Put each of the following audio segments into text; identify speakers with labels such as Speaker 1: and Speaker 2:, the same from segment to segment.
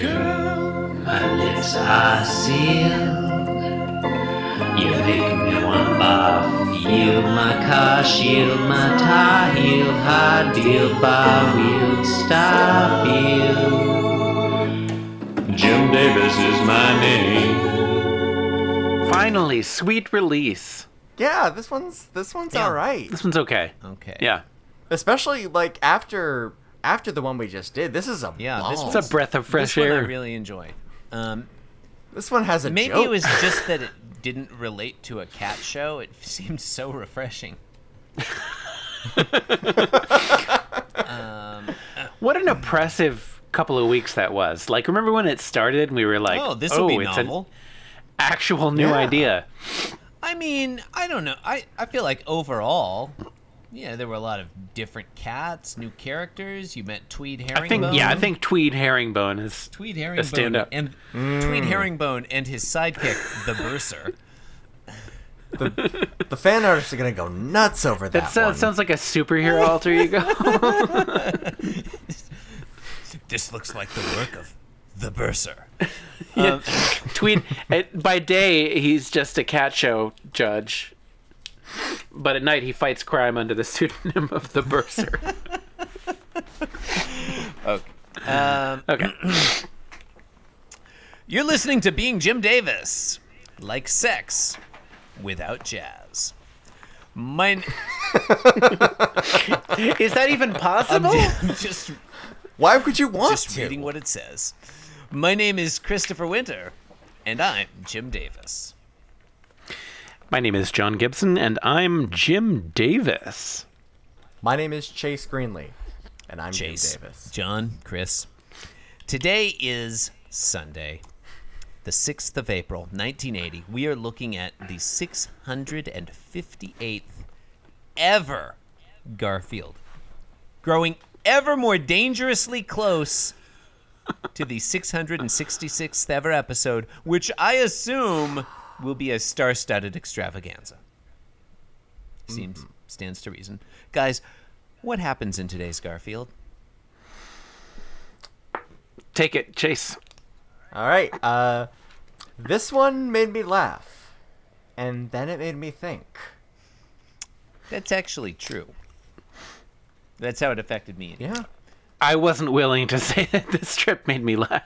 Speaker 1: Girl, my lips are sealed. You make me want bath. Yield my car, shield my tie, heel, high deal, bar wheel, stop heel. Jim Davis is my name.
Speaker 2: Finally, sweet release.
Speaker 3: Yeah, this one's this one's all right.
Speaker 2: This one's okay.
Speaker 4: Okay.
Speaker 2: Yeah.
Speaker 3: Especially like after after the one we just did. This is a
Speaker 4: Yeah, this
Speaker 3: ball.
Speaker 2: It's a breath of fresh
Speaker 4: this one
Speaker 2: air.
Speaker 4: I really enjoyed. Um,
Speaker 3: This one has a
Speaker 4: maybe
Speaker 3: joke.
Speaker 4: it was just that it didn't relate to a cat show. It seemed so refreshing.
Speaker 2: what an oppressive couple of weeks that was. Like, remember when it started and we were like,
Speaker 4: oh, this will be
Speaker 2: it's
Speaker 4: novel.
Speaker 2: an actual new
Speaker 3: Yeah.
Speaker 2: idea.
Speaker 4: I mean, I don't know. I, I feel like overall, yeah, there were a lot of different cats, new characters. You met Tweed Herringbone.
Speaker 2: I think, yeah, I think Tweed Herringbone is.
Speaker 4: Tweed Herringbone
Speaker 2: stand-up.
Speaker 4: and Tweed Herringbone and his sidekick, the Bursar.
Speaker 3: the fan artists are gonna go nuts over that.
Speaker 2: That sounds, sounds like a superhero alter ego.
Speaker 4: This looks like the work of the Bursar. Um,
Speaker 2: Tweed at, by day he's just a cat show judge, but at night he fights crime under the pseudonym of the Bursar.
Speaker 4: Um,
Speaker 2: Okay,
Speaker 4: You're listening to Being Jim Davis, like sex without jazz. My, n-
Speaker 2: is that even possible?
Speaker 4: I'm just
Speaker 3: Why would you want
Speaker 4: just
Speaker 3: to?
Speaker 4: reading what it says. My name is Christopher Winter, and I'm Jim Davis.
Speaker 2: My name is John Gibson, and I'm Jim Davis.
Speaker 3: My name is Chase Greenlee, and I'm
Speaker 4: Chase,
Speaker 3: Jim Davis.
Speaker 4: John, Chris. Today is Sunday, the 6th of April, 1980. We are looking at the 658th ever Garfield, growing ever more dangerously close to the 666th ever episode, which I assume will be a star studded extravaganza. Seems stands to reason. Guys, what happens in today's Garfield?
Speaker 2: Take it, Chase.
Speaker 3: All right. Uh, this one made me laugh, and then it made me think.
Speaker 4: That's actually true. That's how it affected me.
Speaker 3: Yeah.
Speaker 2: I wasn't willing to say that this trip made me laugh.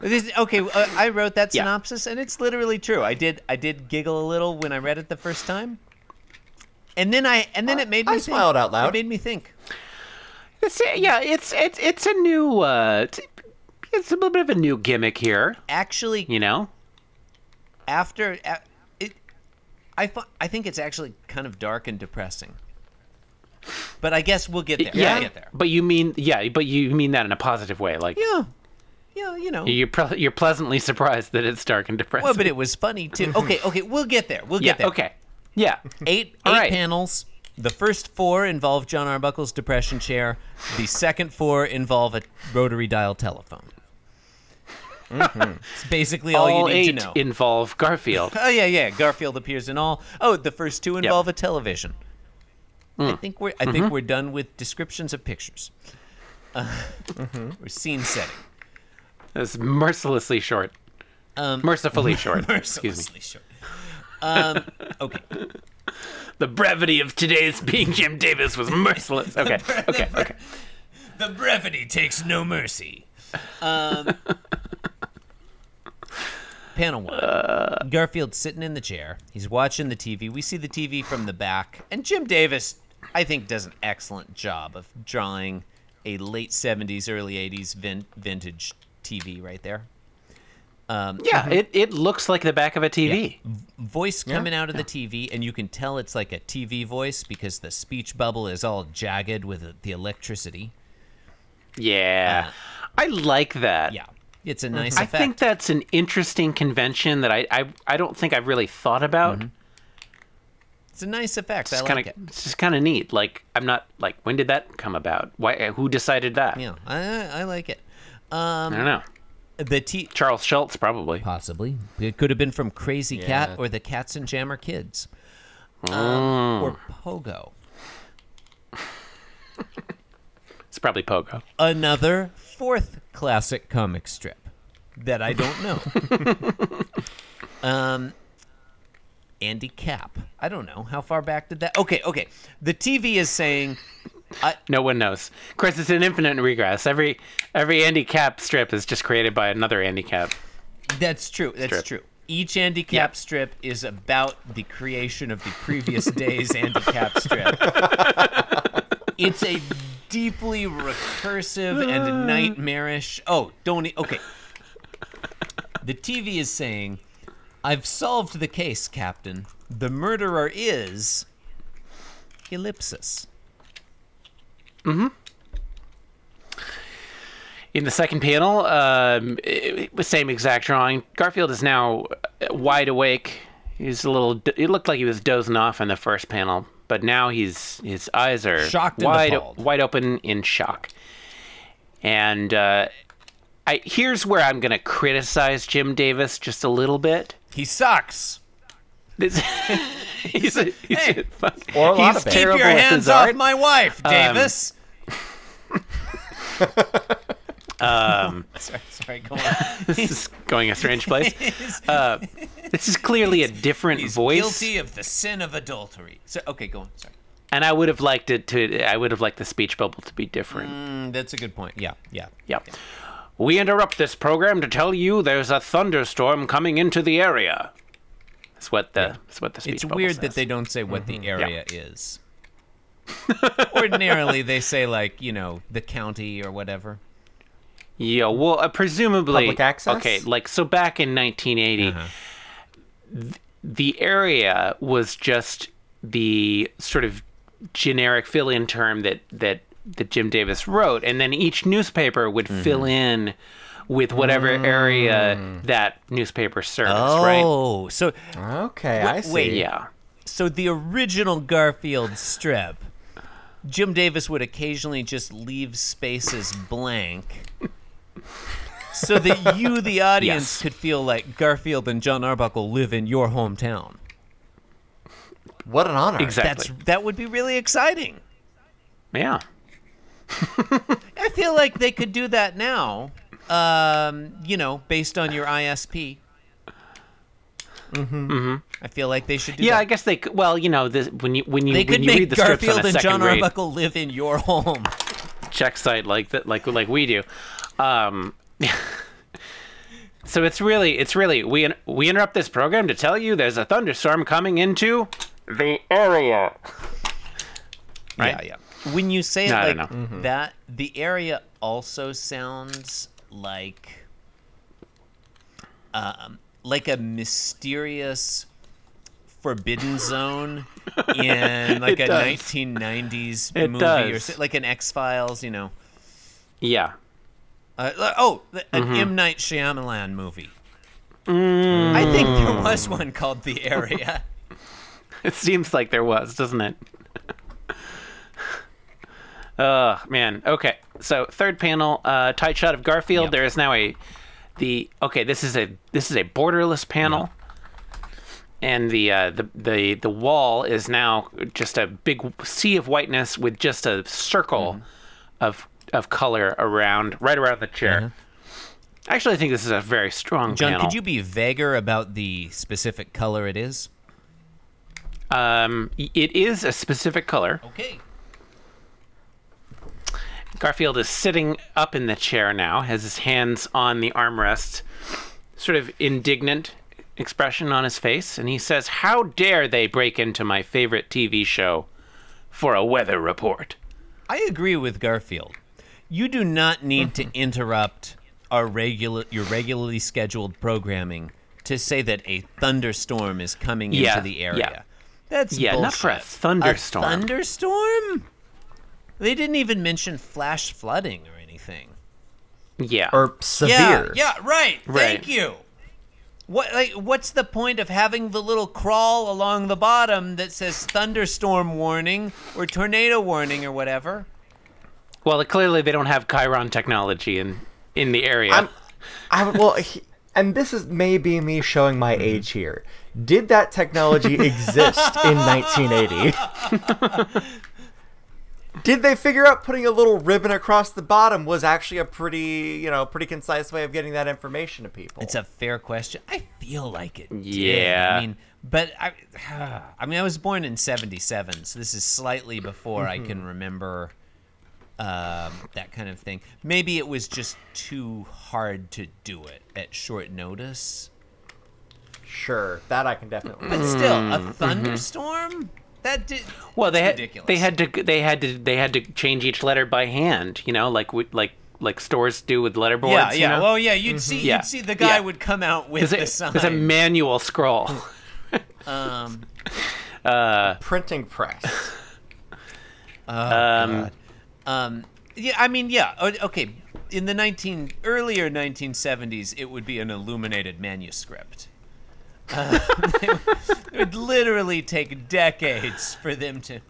Speaker 4: This- okay, uh, I wrote that
Speaker 2: Yeah.
Speaker 4: synopsis, and it's literally true. I did. I did giggle a little when I read it the first time, and then I and then it made me.
Speaker 3: I
Speaker 4: think.
Speaker 3: smiled out loud.
Speaker 4: It made me think.
Speaker 2: It's, yeah, it's it's it's a new. Uh, it's, it's a little bit of a new gimmick here,
Speaker 4: Actually,
Speaker 2: you know.
Speaker 4: after a- it, I fi- I think it's actually kind of dark and depressing. But I guess we'll get there. We'll get there.
Speaker 2: but you mean yeah, but you mean that in a positive way, like
Speaker 4: Yeah, yeah, you know.
Speaker 2: You're pre- you're pleasantly surprised that it's dark and depressing.
Speaker 4: Well, but it was funny too. Okay, okay, we'll get there. We'll
Speaker 2: yeah,
Speaker 4: get there.
Speaker 2: okay, yeah,
Speaker 4: Eight
Speaker 2: All
Speaker 4: eight
Speaker 2: right.
Speaker 4: panels. The first four involve John Arbuckle's depression chair. The second four involve a rotary dial telephone. It's basically all,
Speaker 2: all
Speaker 4: you need
Speaker 2: eight
Speaker 4: to know.
Speaker 2: involve Garfield.
Speaker 4: oh yeah, yeah. Garfield appears in all. Oh, the first two involve a television.
Speaker 2: Hmm.
Speaker 4: I think we're I
Speaker 2: Mm-hmm.
Speaker 4: think we're done with descriptions of pictures. Uh,
Speaker 2: Mm-hmm.
Speaker 4: Or scene setting.
Speaker 2: It's mercilessly short,
Speaker 4: Um,
Speaker 2: mercifully short. Excuse
Speaker 4: Mercilessly short. Um, okay.
Speaker 2: me. The brevity of today's being Jim Davis was merciless. Okay, okay, okay.
Speaker 4: The brevity takes no mercy. Um, panel one.
Speaker 2: Uh,
Speaker 4: Garfield's sitting in the chair. He's watching the TV. We see the TV from the back. And Jim Davis, I think, does an excellent job of drawing a late 70s, early 80s vin- vintage TV right there. Mm-hmm.
Speaker 2: Yeah, it, it looks like the back of a TV.
Speaker 4: Voice coming out of the TV, and you can tell it's like a TV voice because the speech bubble is all jagged with the electricity.
Speaker 2: Yeah, I like that.
Speaker 4: Uh, Yeah. It's a nice
Speaker 2: Mm-hmm. I
Speaker 4: effect.
Speaker 2: think that's an interesting convention that I, I, I don't think I've really thought about.
Speaker 4: it's a nice effect. Mm-hmm. I
Speaker 2: It's
Speaker 4: like
Speaker 2: kind
Speaker 4: it.
Speaker 2: of it's just kind of neat. Like I'm not like when did that come about? Why? uh, Who decided that?
Speaker 4: Yeah, I, I like it.
Speaker 2: I don't know.
Speaker 4: The T
Speaker 2: Charles Schultz probably.
Speaker 4: possibly it could have been from Crazy Cat
Speaker 3: Yeah.
Speaker 4: or the Cats and Jammer Kids, um, or Pogo.
Speaker 2: It's probably Pogo.
Speaker 4: another fourth classic comic strip that I don't know. um, Andy Cap. I don't know. How far back did that? Okay, okay. The TV is saying
Speaker 2: No one knows. Of course, it's an infinite regress. Every every Andy Cap strip is just created by another Andy Cap.
Speaker 4: that's true. That's
Speaker 2: Strip.
Speaker 4: true. Each Andy Cap strip is about the creation of the previous day's Andy Cap strip. it's a deeply recursive and nightmarish. Oh, don't. e- Okay. The TV is saying, I've solved the case, Captain. The murderer is. Ellipsis.
Speaker 2: In the second panel, um, it, it- same exact drawing. Garfield is now wide awake. He's a little. It looked like he was dozing off in the first panel, but now he's his eyes are
Speaker 4: Shocked and
Speaker 2: wide
Speaker 4: appalled.
Speaker 2: wide open in shock. And uh, I here's where I'm gonna criticize Jim Davis just a little bit.
Speaker 4: He sucks.
Speaker 2: This, he's a, he's
Speaker 4: Hey.
Speaker 2: a fuck-
Speaker 3: Or a lot
Speaker 2: he's
Speaker 3: of it.
Speaker 4: Keep
Speaker 2: terrible
Speaker 4: your
Speaker 2: at his
Speaker 4: hands off
Speaker 2: art.
Speaker 4: my wife, Davis. Um, sorry, sorry, go on.
Speaker 2: this is going a strange place. Uh, this is clearly a different
Speaker 4: He's
Speaker 2: voice,
Speaker 4: guilty of the sin of adultery. So, okay, go on. Sorry.
Speaker 2: and I would have liked it to. I would have liked the speech bubble to be different.
Speaker 4: Mm, that's a good point. Yeah, yeah.
Speaker 2: Yep. We interrupt this program to tell you there's a thunderstorm coming into the area. That's what the. That's what the speech
Speaker 4: It's
Speaker 2: bubble
Speaker 4: weird that
Speaker 2: says.
Speaker 4: they don't say what the area is. Ordinarily, they say like you know the county or whatever.
Speaker 2: Yeah, well, uh, presumably.
Speaker 3: Public access?
Speaker 2: Okay, like so back in 1980,
Speaker 4: Uh-huh.
Speaker 2: th- the area was just the sort of generic fill-in term that that that Jim Davis wrote, and then each newspaper would fill in with whatever area that newspaper serviced, right?
Speaker 4: Oh, so
Speaker 3: Okay, I see.
Speaker 4: wait,
Speaker 2: Yeah.
Speaker 4: so the original Garfield strip, Jim Davis would occasionally just leave spaces blank. So that you, the audience,
Speaker 2: Yes.
Speaker 4: could feel like Garfield and John Arbuckle live in your hometown.
Speaker 3: What an honor.
Speaker 2: Exactly.
Speaker 4: That's that would be really exciting.
Speaker 2: yeah.
Speaker 4: I feel like they could do that now. Um, you know, based on your ISP. Mm-hmm. I feel like they should do
Speaker 2: Mm-hmm. Yeah, I
Speaker 4: that.
Speaker 2: guess they could. Well, you know, this, when you when you
Speaker 4: They
Speaker 2: when
Speaker 4: could
Speaker 2: you read
Speaker 4: make
Speaker 2: the strips on
Speaker 4: Garfield
Speaker 2: a
Speaker 4: and
Speaker 2: second
Speaker 4: John
Speaker 2: read
Speaker 4: Arbuckle live in your home.
Speaker 2: check site like that, like like we do. Um, so it's really it's really we in- we interrupt this program to tell you there's a thunderstorm coming into the area. Right?
Speaker 4: Yeah, yeah. When you say it
Speaker 2: No, I
Speaker 4: like
Speaker 2: don't know.
Speaker 4: that, the area also sounds like um, like a mysterious forbidden zone in like
Speaker 2: It
Speaker 4: a
Speaker 2: does.
Speaker 4: 1990s
Speaker 2: It
Speaker 4: movie or
Speaker 2: does.
Speaker 4: si- like an X-Files, you know.
Speaker 2: Yeah.
Speaker 4: Uh, li- oh, th- an
Speaker 2: Mm-hmm.
Speaker 4: M Night Shyamalan movie.
Speaker 2: Mm.
Speaker 4: I think there was one called The Area.
Speaker 2: It seems like there was, doesn't it? Ugh, man. Okay. So third panel, uh, tight shot of Garfield.
Speaker 4: Yep.
Speaker 2: There is now a the okay. This is a this is a borderless panel, and the uh, the the the wall is now just a big sea of whiteness with just a circle
Speaker 4: Mm-hmm.
Speaker 2: of of color around right around the chair. Actually, I think this is a very strong
Speaker 4: Mm-hmm. John,
Speaker 2: panel.
Speaker 4: could you be vaguer about the specific color it is?
Speaker 2: Um, y- it is a specific color.
Speaker 4: Okay.
Speaker 2: Garfield is sitting up in the chair now, has his hands on the armrest, sort of indignant expression on his face, and he says, How dare they break into my favorite TV show for a weather report?
Speaker 4: I agree with Garfield. You do not need
Speaker 2: Mm-hmm.
Speaker 4: to interrupt our regular your regularly scheduled programming to say that a thunderstorm is coming
Speaker 2: Yeah,
Speaker 4: into the
Speaker 2: yeah.
Speaker 4: area. That's
Speaker 2: Yeah,
Speaker 4: bullshit.
Speaker 2: not for a thunderstorm.
Speaker 4: A thunderstorm? They didn't even mention flash flooding or anything.
Speaker 2: Yeah.
Speaker 3: Or severe.
Speaker 4: Yeah, yeah, right.
Speaker 2: Right.
Speaker 4: Thank you. What like what's the point of having the little crawl along the bottom that says thunderstorm warning or tornado warning or whatever?
Speaker 2: well, clearly they don't have Chiron technology in, in the area.
Speaker 3: I'm, I would- well, he, and this is maybe me showing
Speaker 2: Mm-hmm.
Speaker 3: my age here. Did that technology exist in 1980? Did they figure out putting a little ribbon across the bottom was actually a pretty, you know, pretty concise way of getting that information to people?
Speaker 4: It's a fair question. I feel like it. did.
Speaker 2: Yeah.
Speaker 4: I mean, but I, I mean, I was born in '77, so this is slightly before I can
Speaker 2: Mm-hmm.
Speaker 4: remember um, that kind of thing. Maybe it was just too hard to do it at short notice.
Speaker 3: sure that I can
Speaker 2: Mm-hmm.
Speaker 3: definitely.
Speaker 4: But still, a thunderstorm. That did.
Speaker 2: Well, they
Speaker 4: it's
Speaker 2: had
Speaker 4: ridiculous.
Speaker 2: they had to they had to they had to change each letter by hand. You know, like we- like like stores do with letterboards.
Speaker 4: Yeah,
Speaker 2: you
Speaker 4: yeah.
Speaker 2: know? Mm-hmm.
Speaker 4: Well, yeah. You'd see,
Speaker 2: Yeah.
Speaker 4: you'd see the guy
Speaker 2: Yeah.
Speaker 4: would come out with
Speaker 2: it's
Speaker 4: the
Speaker 2: a,
Speaker 4: sign.
Speaker 2: it's a manual scroll.
Speaker 4: um,
Speaker 3: printing press.
Speaker 4: Um, yeah, I mean, yeah, o- okay. In the nineteen earlier nineteen seventies, it would be an illuminated manuscript. Uh, it would literally take decades for them to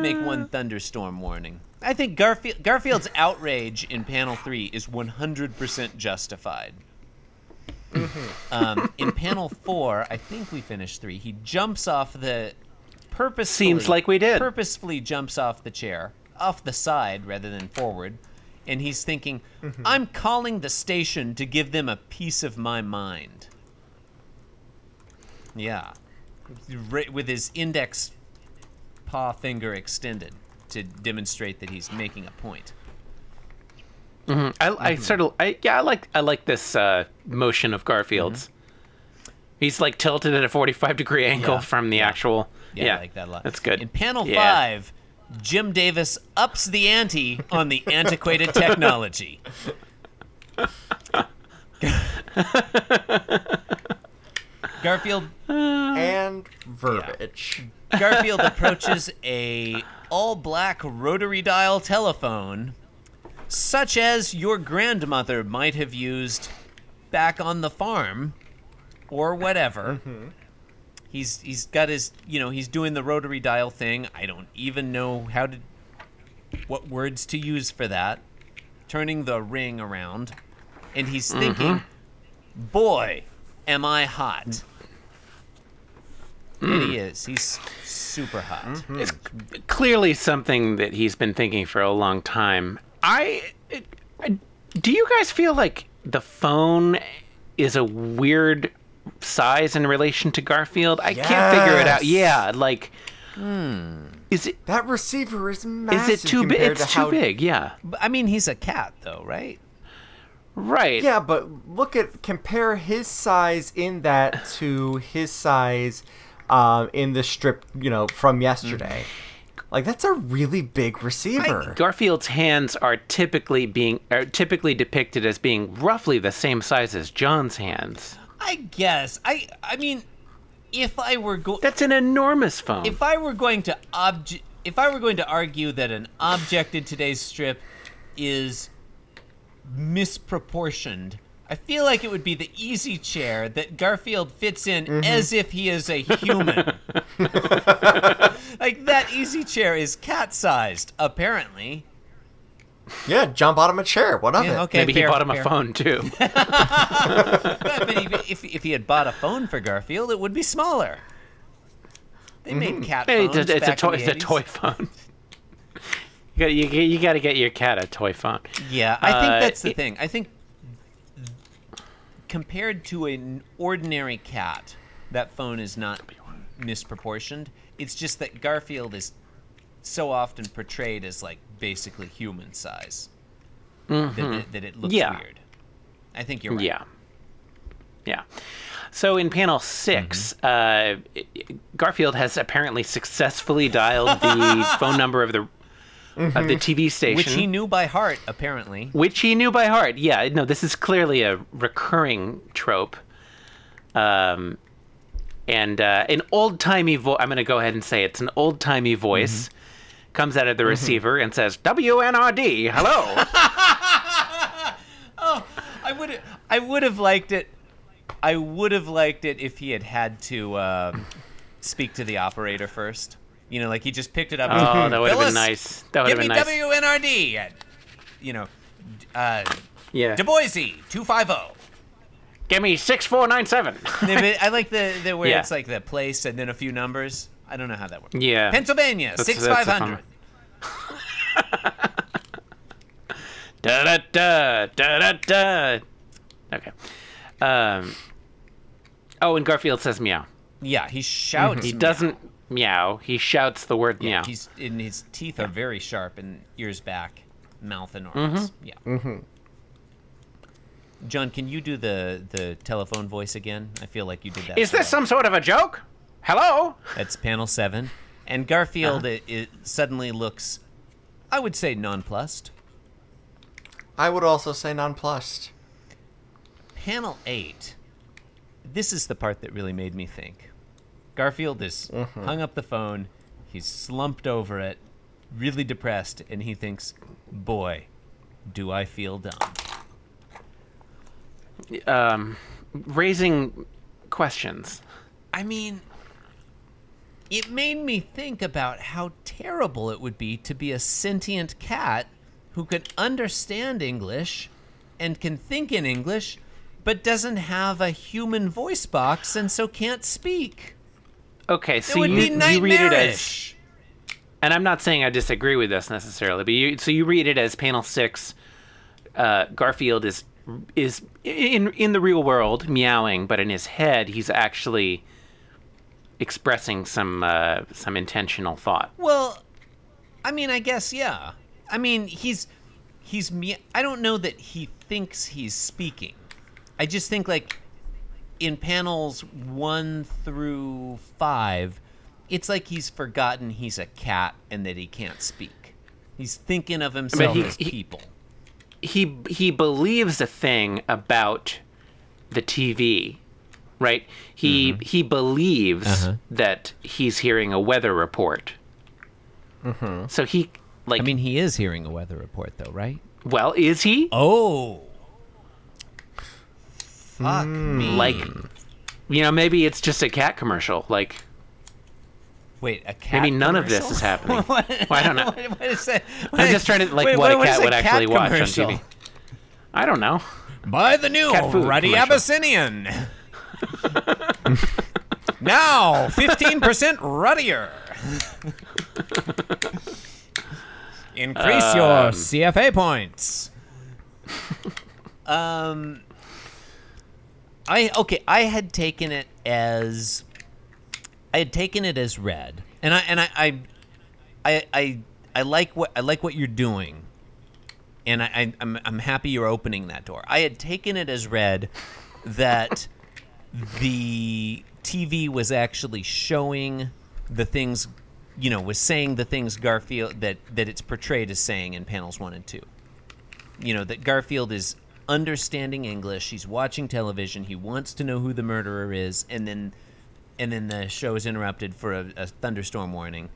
Speaker 4: make
Speaker 2: Uh.
Speaker 4: one thunderstorm warning. I think Garfield Garfield's outrage in panel three is one hundred percent justified.
Speaker 2: Mm-hmm.
Speaker 4: Um, in panel four, I think we finished three. He jumps off the purposefully
Speaker 2: Seems like we did.
Speaker 4: purposefully jumps off the chair, off the side rather than forward, and he's thinking,
Speaker 2: Mm-hmm.
Speaker 4: "I'm calling the station to give them a piece of my mind." Yeah, Ri- with his index paw finger extended to demonstrate that he's making a point.
Speaker 2: I,
Speaker 4: Mm-hmm.
Speaker 2: I sort of I, yeah I like I like this uh, motion of Garfield's. He's like tilted at a forty five degree angle
Speaker 4: Mm-hmm. Yeah,
Speaker 2: from the actual.
Speaker 4: Yeah,
Speaker 2: Yeah,
Speaker 4: I like that a lot.
Speaker 2: That's good.
Speaker 4: In panel
Speaker 2: Yeah.
Speaker 4: five, Jim Davis ups the ante on the antiquated technology. Garfield
Speaker 3: and verbiage.
Speaker 4: Garfield approaches a all black rotary dial telephone, such as your grandmother might have used back on the farm, or whatever. He's he's got his you know he's doing the rotary dial thing. I don't even know how to what words to use for that. Turning the ring around, and he's thinking, "Boy, am I hot." And he is. He's super hot.
Speaker 2: It's clearly something that he's been thinking for a long time. I, I- do you guys feel like the phone is a weird size in relation to Garfield? I can't figure it out.
Speaker 3: Yes.
Speaker 2: Yeah, like
Speaker 4: Hmm.
Speaker 2: is it
Speaker 3: That receiver is
Speaker 2: is
Speaker 3: massive.
Speaker 2: it too big?
Speaker 3: compared
Speaker 2: It's
Speaker 3: to
Speaker 2: too
Speaker 3: how-
Speaker 2: big. Yeah,
Speaker 4: But, I mean, he's a cat, though, right?
Speaker 2: right.
Speaker 3: Yeah, but look at compare his size in that to his size um, in the strip, you know, from yesterday.
Speaker 4: Mm.
Speaker 3: Like that's a really big receiver.
Speaker 2: Garfield's hands are typically being are typically depicted as being roughly the same size as John's hands.
Speaker 4: I guess. I. I mean, if I were go-
Speaker 2: That's an enormous phone.
Speaker 4: if I were going to obje- if I were going to argue that an object in today's strip is misproportioned, I feel like it would be the easy chair that Garfield fits in as if he is a human. like that easy chair is cat-sized, apparently.
Speaker 3: yeah, jump out of a chair. What of
Speaker 4: Yeah,
Speaker 3: it?
Speaker 4: okay,
Speaker 2: Maybe
Speaker 4: fair,
Speaker 2: he bought him
Speaker 4: fair.
Speaker 2: a phone too.
Speaker 4: I mean, if- if, if he had bought a phone for Garfield, it would be smaller. They made cat
Speaker 2: Hey,
Speaker 4: phones
Speaker 2: it's, a- it's a
Speaker 4: back in
Speaker 2: toy.
Speaker 4: the
Speaker 2: It's a
Speaker 4: 80s.
Speaker 2: toy phone. you got you, you got to get your cat a toy phone.
Speaker 4: Yeah, I think
Speaker 2: Uh,
Speaker 4: that's the
Speaker 2: it-
Speaker 4: thing. I think compared to an ordinary cat, that phone is not misproportioned. It's just that Garfield is so often portrayed as like basically human size that, it, that it looks
Speaker 2: Mm-hmm. Yeah.
Speaker 4: weird. I think you're right.
Speaker 2: Yeah, yeah. So in panel 6
Speaker 4: Mm-hmm.
Speaker 2: uh, i- i- Garfield has apparently successfully dialed the phone number of the of
Speaker 4: Mm-hmm.
Speaker 2: the TV station,
Speaker 4: Which he knew by heart, apparently.
Speaker 2: which he knew by heart. Yeah, no, this is clearly a recurring trope. Um, and uh, an old timey voice, I'm going to go ahead and say it's an old timey voice, comes out of the receiver and says, WNRD, hello.
Speaker 4: I would I would have liked it. I would have liked it if he had had to um, speak to the operator first. You know, like he just picked it up.
Speaker 2: oh, that would have
Speaker 4: Phyllis,
Speaker 2: been nice. That would
Speaker 4: Give
Speaker 2: have
Speaker 4: me
Speaker 2: been nice.
Speaker 4: WNRD at, you know, d- uh,
Speaker 2: yeah.
Speaker 4: Du Boise two five zero.
Speaker 2: Give me 6497.
Speaker 4: I like the, the where
Speaker 2: Yeah.
Speaker 4: it's like the place and then a few numbers. I don't know how that works.
Speaker 2: yeah.
Speaker 4: Pennsylvania
Speaker 2: That's-
Speaker 4: six
Speaker 2: that's
Speaker 4: five
Speaker 2: the
Speaker 4: hundred.
Speaker 2: fun Da da da da da da. Okay. Um. Oh, and Garfield says meow.
Speaker 4: Yeah, he shouts.
Speaker 2: Mm-hmm. He doesn't meow. He shouts the word meow.
Speaker 4: He's and his teeth are very sharp and ears back, mouth enormous.
Speaker 2: Mm-hmm.
Speaker 4: Yeah. John, can you do the the telephone voice again? I feel like you did that.
Speaker 2: Is
Speaker 4: for
Speaker 2: this
Speaker 4: us.
Speaker 2: some sort of a joke? Hello.
Speaker 4: That's panel seven, and Garfield
Speaker 2: Uh-huh.
Speaker 4: i it suddenly looks, I would say nonplussed.
Speaker 3: I would also say nonplussed.
Speaker 4: Panel eight. This is the part that really made me think. Garfield is hung up the phone. He's slumped over it, really depressed, and he thinks, "Boy, do I feel dumb."
Speaker 2: Um, raising questions.
Speaker 4: I mean, it made me think about how terrible it would be to be a sentient cat who could understand English and can think in English, but doesn't have a human voice box and so can't speak.
Speaker 2: Okay,
Speaker 4: That
Speaker 2: so
Speaker 4: would
Speaker 2: you,
Speaker 4: be
Speaker 2: you read it as,
Speaker 4: nightmarish.
Speaker 2: and I'm not saying I disagree with this necessarily, but you so you read it as panel six. Uh, Garfield is is in in the real world meowing, but in his head he's actually expressing some uh, some intentional thought.
Speaker 4: Well, I mean, I guess yeah. I mean, he's he's me. I don't know that he thinks he's speaking. I just think like in panels one through five, it's like he's forgotten he's a cat and that he can't speak. He's thinking of himself
Speaker 2: he-
Speaker 4: as
Speaker 2: he-
Speaker 4: people.
Speaker 2: he he believes a thing about the TV, right? He
Speaker 4: Mm-hmm.
Speaker 2: he believes
Speaker 4: Uh-huh.
Speaker 2: that he's hearing a weather report. So he like
Speaker 4: Mm-hmm. I mean, he is hearing a weather report though, right?
Speaker 2: well is he
Speaker 4: Oh. Fuck me.
Speaker 2: like you know maybe it's just a cat commercial like
Speaker 4: Wait, a cat.
Speaker 2: maybe none of this is
Speaker 4: commercial?
Speaker 2: happening.
Speaker 4: What-
Speaker 2: Well, I don't know.
Speaker 4: What, what is that?
Speaker 2: I'm just trying to like what a cat
Speaker 4: is
Speaker 2: would actually
Speaker 4: cat
Speaker 2: watch
Speaker 4: commercial?
Speaker 2: on TV. I don't know.
Speaker 4: Buy the new
Speaker 2: Cat food
Speaker 4: Ruddy
Speaker 2: commercial.
Speaker 4: Abyssinian. now, 15% ruddier. Increase your
Speaker 2: Um.
Speaker 4: CFA points. um I okay, I had taken it as I had taken it as read. And I and I I I, I, I like what I like what you're doing and I, I, I'm, I'm happy you're opening that door. I had taken it as read that the TV was actually showing the things, you know, was saying the things Garfield that that it's portrayed as saying in panels one and two. You know that Garfield is understanding English. He's watching television. He wants to know who the murderer is, and then and then the show is interrupted for a, a thunderstorm warning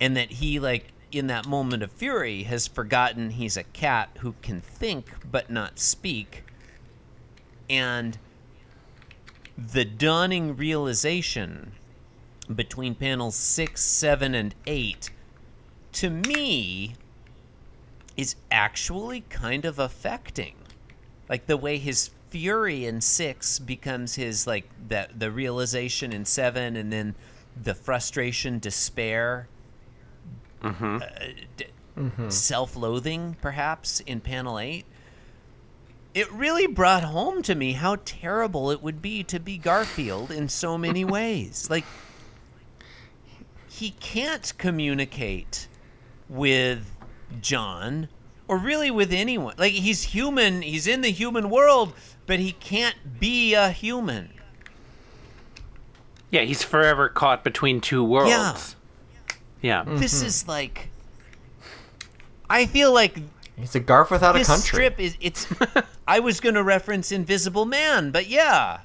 Speaker 4: and that he like in that moment of fury has forgotten he's a cat who can think but not speak and the dawning realization between panels 6 7 and 8 to me is actually kind of affecting like the way his fury in six becomes his like that the realization in seven and then the frustration despair self loathing, perhaps, in panel eight, it really brought home to me how terrible it would be to be Garfield in so many ways. Like, he can't communicate with John or really with anyone. Like, he's human, he's in the human world, but he can't be a human.
Speaker 2: Yeah, he's forever caught between two worlds. Yeah.
Speaker 4: This is like. I feel like
Speaker 3: It's a Garf without
Speaker 4: this
Speaker 3: a country.
Speaker 4: strip is it's i was going to reference invisible man but yeah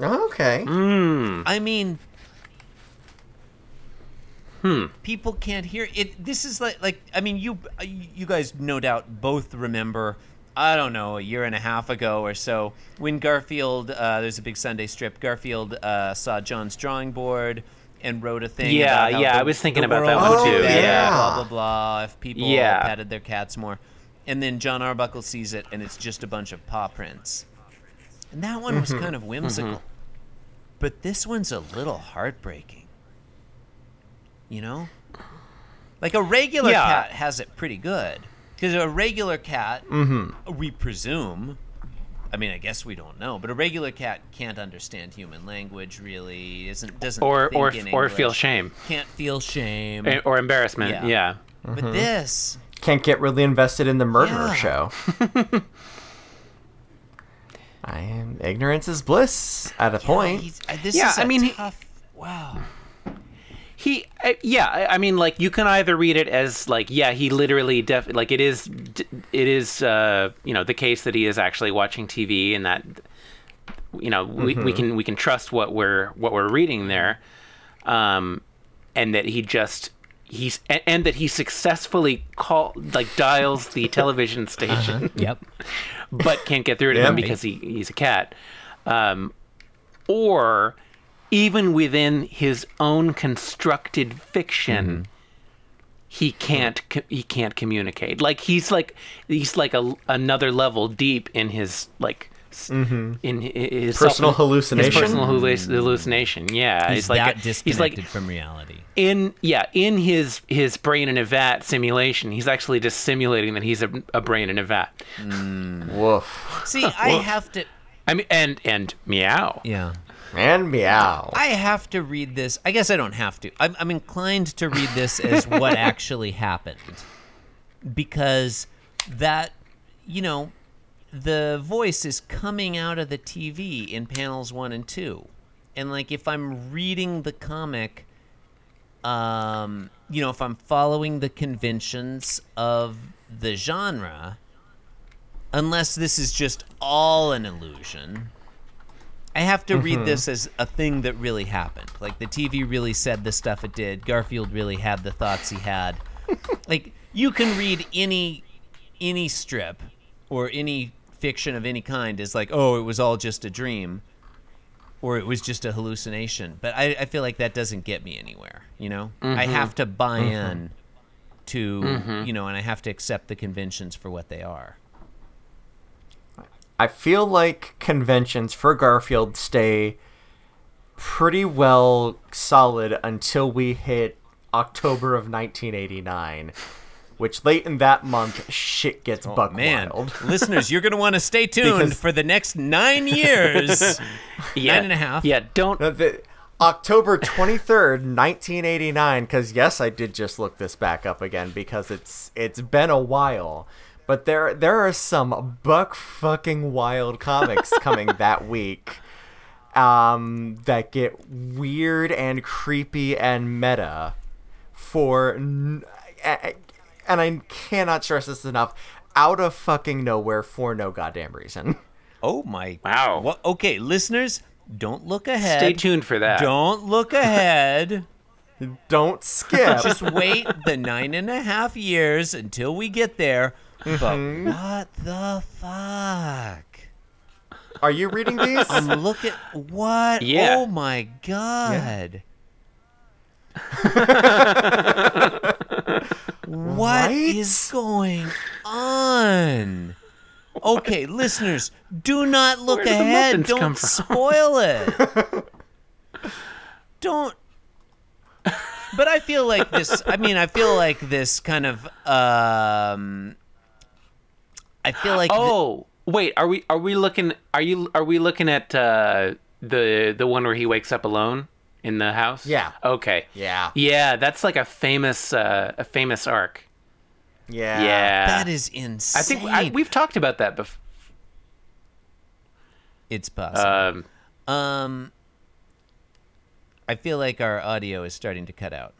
Speaker 3: Oh, okay.
Speaker 4: Mm. i mean hmm people can't hear it this is like like i mean you you guys no doubt both remember i don't know a year and a half ago or so when garfield uh, there's a big sunday strip garfield uh, saw john's drawing board and wrote a thing
Speaker 2: Yeah,
Speaker 4: about how
Speaker 2: yeah,
Speaker 4: the-
Speaker 2: I was thinking
Speaker 4: the
Speaker 2: about that
Speaker 4: world
Speaker 3: one
Speaker 4: would be
Speaker 3: too,
Speaker 4: better,
Speaker 3: yeah.
Speaker 4: blah blah blah if people
Speaker 2: Yeah.
Speaker 4: patted their cats more and then john arbuckle sees it and it's just a bunch of paw prints and that one
Speaker 2: Mm-hmm.
Speaker 4: was kind of whimsical. But this one's a little heartbreaking. You know? Like a regular
Speaker 2: Yeah.
Speaker 4: cat has it pretty good because a regular cat,
Speaker 2: Mm-hmm.
Speaker 4: we presume. I mean, I guess we don't know, but a regular cat can't understand human language really. Isn't doesn't
Speaker 2: Or-
Speaker 4: think
Speaker 2: or-
Speaker 4: in
Speaker 2: or feel
Speaker 4: English,
Speaker 2: shame.
Speaker 4: Can't feel shame.
Speaker 2: Eh, mm-hmm. or embarrassment.
Speaker 4: Yeah.
Speaker 2: Yeah.
Speaker 4: But this,
Speaker 3: Can't get really invested in the murderer
Speaker 4: Yeah.
Speaker 3: show. I am ignorance is bliss at a point.
Speaker 4: he's, uh, this
Speaker 2: Yeah,
Speaker 4: is
Speaker 2: I
Speaker 4: a
Speaker 2: mean, he-
Speaker 4: tough. Wow.
Speaker 2: He, uh, yeah, I, I mean, like you can either read it as like, yeah, he literally, def- like it is, d- it is, uh, you know, the case that he is actually watching TV, and that, you know, we, we can we can trust what we're what we're reading there, um, and that he just he's and, and that he successfully call like dials the television station.
Speaker 4: Yep.
Speaker 2: but can't get through to
Speaker 3: Yeah.
Speaker 2: him because he, he's a cat. Um, or even within his own constructed fiction,
Speaker 3: Mm-hmm.
Speaker 2: he can't co- he can't communicate. Like he's like he's like a, another level deep in his like s- in hi- his self-
Speaker 3: Mm-hmm. Personal hallucination?
Speaker 2: His personal halluc- hallucination. Yeah,
Speaker 4: Mm-hmm. He's,
Speaker 2: it's like
Speaker 4: that
Speaker 2: a-
Speaker 4: disconnected
Speaker 2: he's like
Speaker 4: from reality.
Speaker 2: in yeah in his his brain in a vat simulation. He's actually just simulating that he's a, a brain in a vat.
Speaker 3: Woof.
Speaker 4: See, I have to.
Speaker 2: I mean, and and meow.
Speaker 4: Yeah.
Speaker 3: And meow.
Speaker 4: I have to read this. I guess I don't have to. I'm, I'm inclined to read this as what actually happened because that, you know, the voice is coming out of the TV in panels one and two. And, like, if I'm reading the comic, um, you know, if I'm following the conventions of the genre, unless this is just all an illusion, I have to read this as a thing that really happened. Like the TV really said the stuff it did. Garfield really had the thoughts he had. like you can read any any strip or any fiction of any kind as like, oh, it was all just a dream, or it was just a hallucination. But I, I feel like that doesn't get me anywhere. You know, I have to buy in to you know, and I have to accept the conventions for what they are.
Speaker 3: I feel like conventions for Garfield stay pretty well solid until we hit October of 1989, which late in that month, shit gets buck
Speaker 4: Man,
Speaker 3: wild.
Speaker 4: listeners, you're going to want to stay tuned
Speaker 3: Because-
Speaker 4: for the next nine years.
Speaker 2: Yeah.
Speaker 4: Nine and a half.
Speaker 2: Yeah, don't.
Speaker 3: No, the- October 23rd, 1989 cuz yes, I did just look this back up again because it's it's been a while. But there there are some buck fucking wild comics coming that week. Um that get weird and creepy and meta for n- a- a- and I cannot stress this enough out of fucking nowhere for no goddamn reason.
Speaker 4: Oh my!
Speaker 2: Wow.
Speaker 4: Wha- okay, listeners, don't look ahead.
Speaker 2: Stay tuned for that.
Speaker 4: Don't look ahead.
Speaker 3: Don't skip.
Speaker 4: Just wait the nine and a half years until we get there.
Speaker 2: Mm-hmm.
Speaker 4: But what the fuck?
Speaker 3: Are you reading these?
Speaker 4: Look at what?
Speaker 2: Yeah.
Speaker 4: Oh my god! What is
Speaker 3: Right?
Speaker 4: going on? Okay, listeners, do not look
Speaker 2: Where do the
Speaker 4: ahead.
Speaker 2: muffins come
Speaker 4: Don't
Speaker 2: from?
Speaker 4: spoil it. Don't. But I feel like this. I mean, I feel like this kind of. um I feel like. th-
Speaker 2: Oh, wait. Are we? Are we looking? Are you? Are we looking at uh, the the one where he wakes up alone in the house?
Speaker 3: Yeah.
Speaker 2: Okay.
Speaker 3: yeah.
Speaker 2: Yeah, that's like a famous uh, a famous arc.
Speaker 3: Yeah.
Speaker 2: Yeah.
Speaker 4: that is insane.
Speaker 2: I think I, we've talked about that before.
Speaker 4: it's possible.
Speaker 2: Um,
Speaker 4: Um, I feel like our audio is starting to cut out.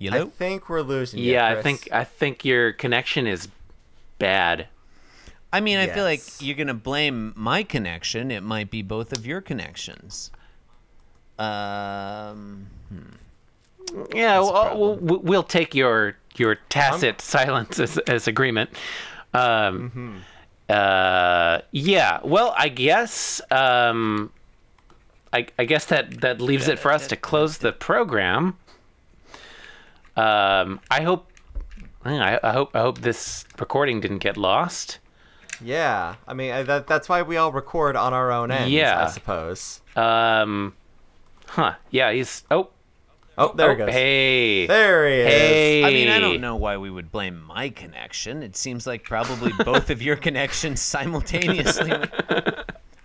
Speaker 3: I
Speaker 4: Hello.
Speaker 3: think we're losing. you,
Speaker 2: yeah, I
Speaker 3: Chris.
Speaker 2: think I think your connection is bad.
Speaker 4: I mean, I feel like
Speaker 3: Yes.
Speaker 4: you're gonna blame my connection. It might be both of your connections. Um,
Speaker 2: Yeah,
Speaker 4: a
Speaker 2: well, uh, we'll, we'll take your your tacit silence as, as agreement.
Speaker 3: Mm-hmm.
Speaker 2: Um, uh, yeah. Well, I guess um, I, I guess that that leaves it for us to close the program. Um, I hope. I, I hope I hope this recording didn't get lost.
Speaker 3: Yeah, I mean I, that, that's why we all record on our own ends.
Speaker 2: Yeah.
Speaker 3: I suppose.
Speaker 2: Um, huh? Yeah. He's oh
Speaker 3: Oh, there it goes.
Speaker 2: Hey.
Speaker 3: There he is.
Speaker 2: Hey.
Speaker 4: I mean, I don't know why we would blame my connection. It seems like probably both of your connections simultaneously.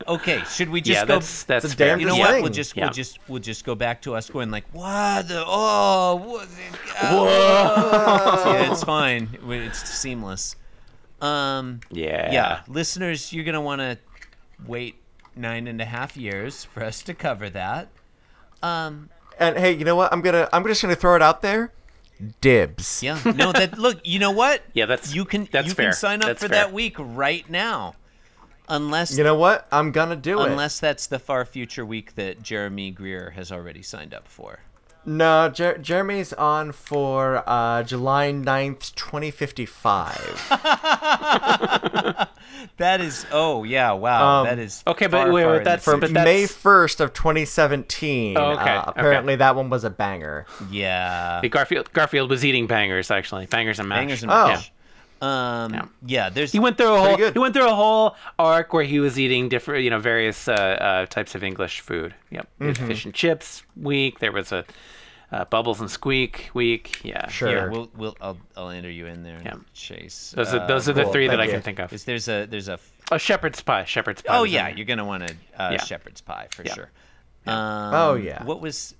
Speaker 4: okay, should we just
Speaker 2: Yeah,
Speaker 4: go?
Speaker 2: that's that's
Speaker 3: It's a
Speaker 2: fair.
Speaker 3: damn
Speaker 4: you know
Speaker 3: thing.
Speaker 4: what? We'll just
Speaker 2: Yeah.
Speaker 4: we'll just we'll just go back to us going like, what the oh, what,
Speaker 2: Oh.
Speaker 4: yeah, it's fine. We- It's seamless. Um,
Speaker 2: Yeah.
Speaker 4: yeah, listeners, you're gonna want to wait nine and a half years for us to cover that.
Speaker 3: And hey, you know what? I'm gonna I'm just gonna throw it out there. Dibs.
Speaker 4: Yeah. No, that look, you know what?
Speaker 2: Yeah, that's-
Speaker 4: you can
Speaker 2: that's
Speaker 4: you
Speaker 2: fair.
Speaker 4: can sign up
Speaker 2: That's
Speaker 4: for
Speaker 2: fair.
Speaker 4: that week right now. Unless
Speaker 3: You know what? I'm gonna do it.
Speaker 4: unless that's the far future week that Jeremy Greer has already signed up for.
Speaker 3: No, Jer- Jeremy's on for uh, July 9th, 2055.
Speaker 4: That is oh yeah, wow.
Speaker 3: Um,
Speaker 4: that is
Speaker 2: Okay, but
Speaker 4: far,
Speaker 2: wait,
Speaker 4: far
Speaker 2: wait,
Speaker 4: in the
Speaker 2: that's-
Speaker 3: From
Speaker 2: But
Speaker 3: May 1st of 2017.
Speaker 2: Oh, okay,
Speaker 3: Uh,
Speaker 2: okay. Hmm.
Speaker 3: apparently that one was a banger.
Speaker 4: future. yeah.
Speaker 2: Hey, Garfield Garfield was eating bangers actually. Bangers and mash. Uh,
Speaker 4: Bangers and
Speaker 3: Oh.
Speaker 4: mash. Um yeah, there's
Speaker 2: He went through a whole
Speaker 3: good.
Speaker 2: he went through a whole arc where he was eating different, you know, various uh, uh, types of English food. Yep, He had fish and chips week. There was a uh, bubbles and squeak week. Yeah,
Speaker 3: Sure.
Speaker 4: yeah, we'll we'll I'll, I'll enter you in there.
Speaker 2: Yeah.
Speaker 4: And chase.
Speaker 2: Those
Speaker 4: uh,
Speaker 2: are those are the
Speaker 3: cool,
Speaker 2: three that
Speaker 3: thank
Speaker 2: I can
Speaker 3: you.
Speaker 2: think of.
Speaker 4: is there's a there's a
Speaker 2: Oh, shepherd's pie. Shepherd's pie.
Speaker 4: Oh
Speaker 2: was in
Speaker 4: yeah,
Speaker 2: there.
Speaker 4: you're gonna want to uh,
Speaker 2: Yeah.
Speaker 4: shepherd's pie for
Speaker 2: Yeah.
Speaker 4: sure.
Speaker 3: Oh,
Speaker 4: Um,
Speaker 3: yeah.
Speaker 4: What was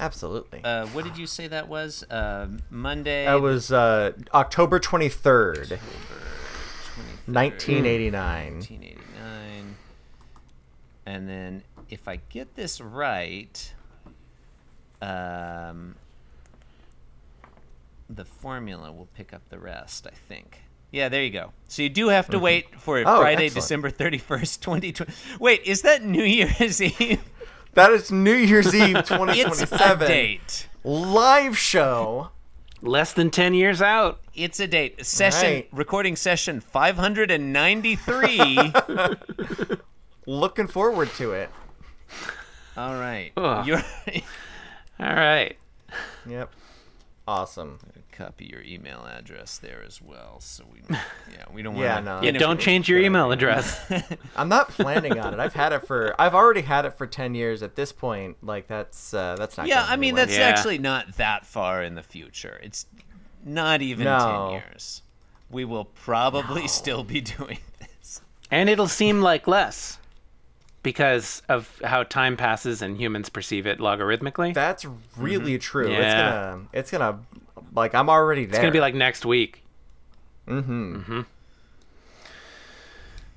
Speaker 3: Absolutely.
Speaker 4: uh, what did you say that was? Uh, Monday.
Speaker 3: that was uh, October 23rd, 1989.
Speaker 4: 1989. And then, if I get this right, um, the formula will pick up the rest. I think. Yeah, there you go. So you do have to wait for
Speaker 3: Oh,
Speaker 4: Friday,
Speaker 3: excellent.
Speaker 4: December thirty first, twenty twenty. Wait, is that New Year's Eve?
Speaker 3: That is New Year's Eve 2027.
Speaker 4: It's a date.
Speaker 3: Live show.
Speaker 2: less than ten years out.
Speaker 4: It's a date. Session
Speaker 3: Right.
Speaker 4: recording session 593.
Speaker 3: Looking forward to it.
Speaker 4: All right.
Speaker 2: Ugh.
Speaker 4: Your
Speaker 2: All right.
Speaker 3: Yep. Awesome.
Speaker 4: copy your email address there as well so we yeah, we don't want
Speaker 3: Yeah, no.
Speaker 2: Yeah, don't change your email address.
Speaker 3: I'm not planning on it. I've had it for I've already had it for 10 years at this point. Like that's uh, that's not
Speaker 4: Yeah,
Speaker 3: going
Speaker 4: I mean
Speaker 3: anywhere.
Speaker 4: that's
Speaker 2: Yeah.
Speaker 4: actually not that far in the future. It's not even
Speaker 3: No.
Speaker 4: 10 years. We will probably still be doing this.
Speaker 2: and it'll seem like less because of how time passes and humans perceive it logarithmically.
Speaker 3: That's really
Speaker 4: Mm-hmm.
Speaker 3: true. It's
Speaker 2: Yeah.
Speaker 3: gonna, it's gonna, like I'm already there.
Speaker 2: It's gonna be like next week. Mm-hmm. Mm-hmm.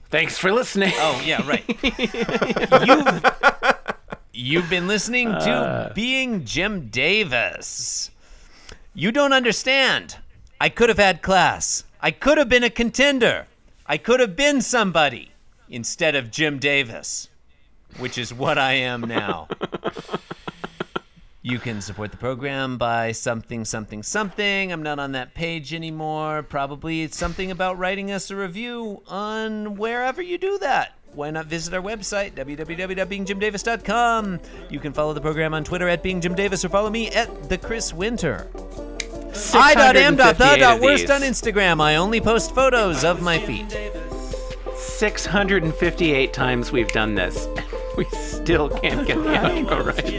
Speaker 2: Thanks for listening.
Speaker 4: Oh, yeah, right. you've You've been listening to Being Jim Davis. You don't understand. I could have had class. I could have been a contender. I could have been somebody instead of Jim Davis, which is what I am now. You can support the program by something, something, something. I'm not on that page anymore. Probably it's something about writing us a review on wherever you do that. Why not visit our website, www.beingjimdavis.com? You can follow the program on Twitter at beingjimdavis or follow me at the Chris Winter. I.m.the.worst on Instagram. I only post photos of my feet.
Speaker 2: Six hundred and fifty-eight times we've done this. We still can't get the outro right.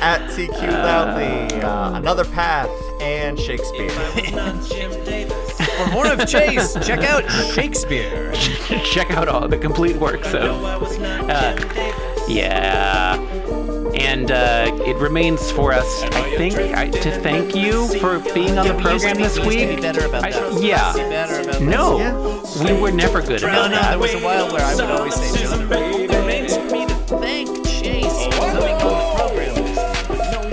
Speaker 3: at CQ Loudly, uh, Another Path, and Shakespeare.
Speaker 4: For more of Chase, check out Shakespeare.
Speaker 2: Check out all the complete works of. Uh, yeah. And uh, it remains for us, I think, I, to thank you for being on the program this
Speaker 4: Be
Speaker 2: week.
Speaker 4: better about
Speaker 2: I-
Speaker 4: that.
Speaker 2: yeah.
Speaker 4: Be better about that.
Speaker 2: No,
Speaker 3: Yeah.
Speaker 2: we were never good
Speaker 4: No,
Speaker 2: about
Speaker 4: no,
Speaker 2: that.
Speaker 4: there was a while where I would always say John. It remains for me to thank Chase for coming on the program.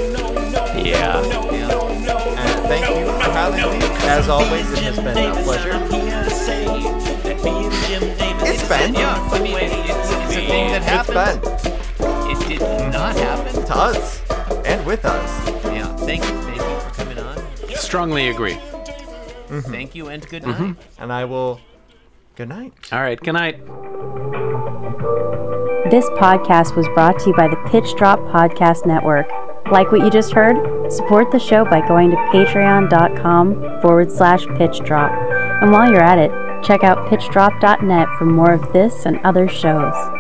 Speaker 2: Yeah.
Speaker 3: And thank you for having me. As always, it has been a pleasure. It's been.
Speaker 4: Yeah, I mean, it's, it's a thing that
Speaker 3: It's
Speaker 4: happened.
Speaker 3: been
Speaker 4: It did not happen.
Speaker 3: to us and with us.
Speaker 4: Yeah, thank you, thank you for coming on.
Speaker 3: Mm-hmm.
Speaker 2: Strongly agree.
Speaker 4: Thank you and good night.
Speaker 3: Mm-hmm. And I will. Good night.
Speaker 2: All right. Good night.
Speaker 5: This podcast was brought to you by the Pitch Drop Podcast Network. Like what you just heard? Support the show by going to patreon.com forward slash pitch drop. And while you're at it, check out pitchdrop.net for more of this and other shows.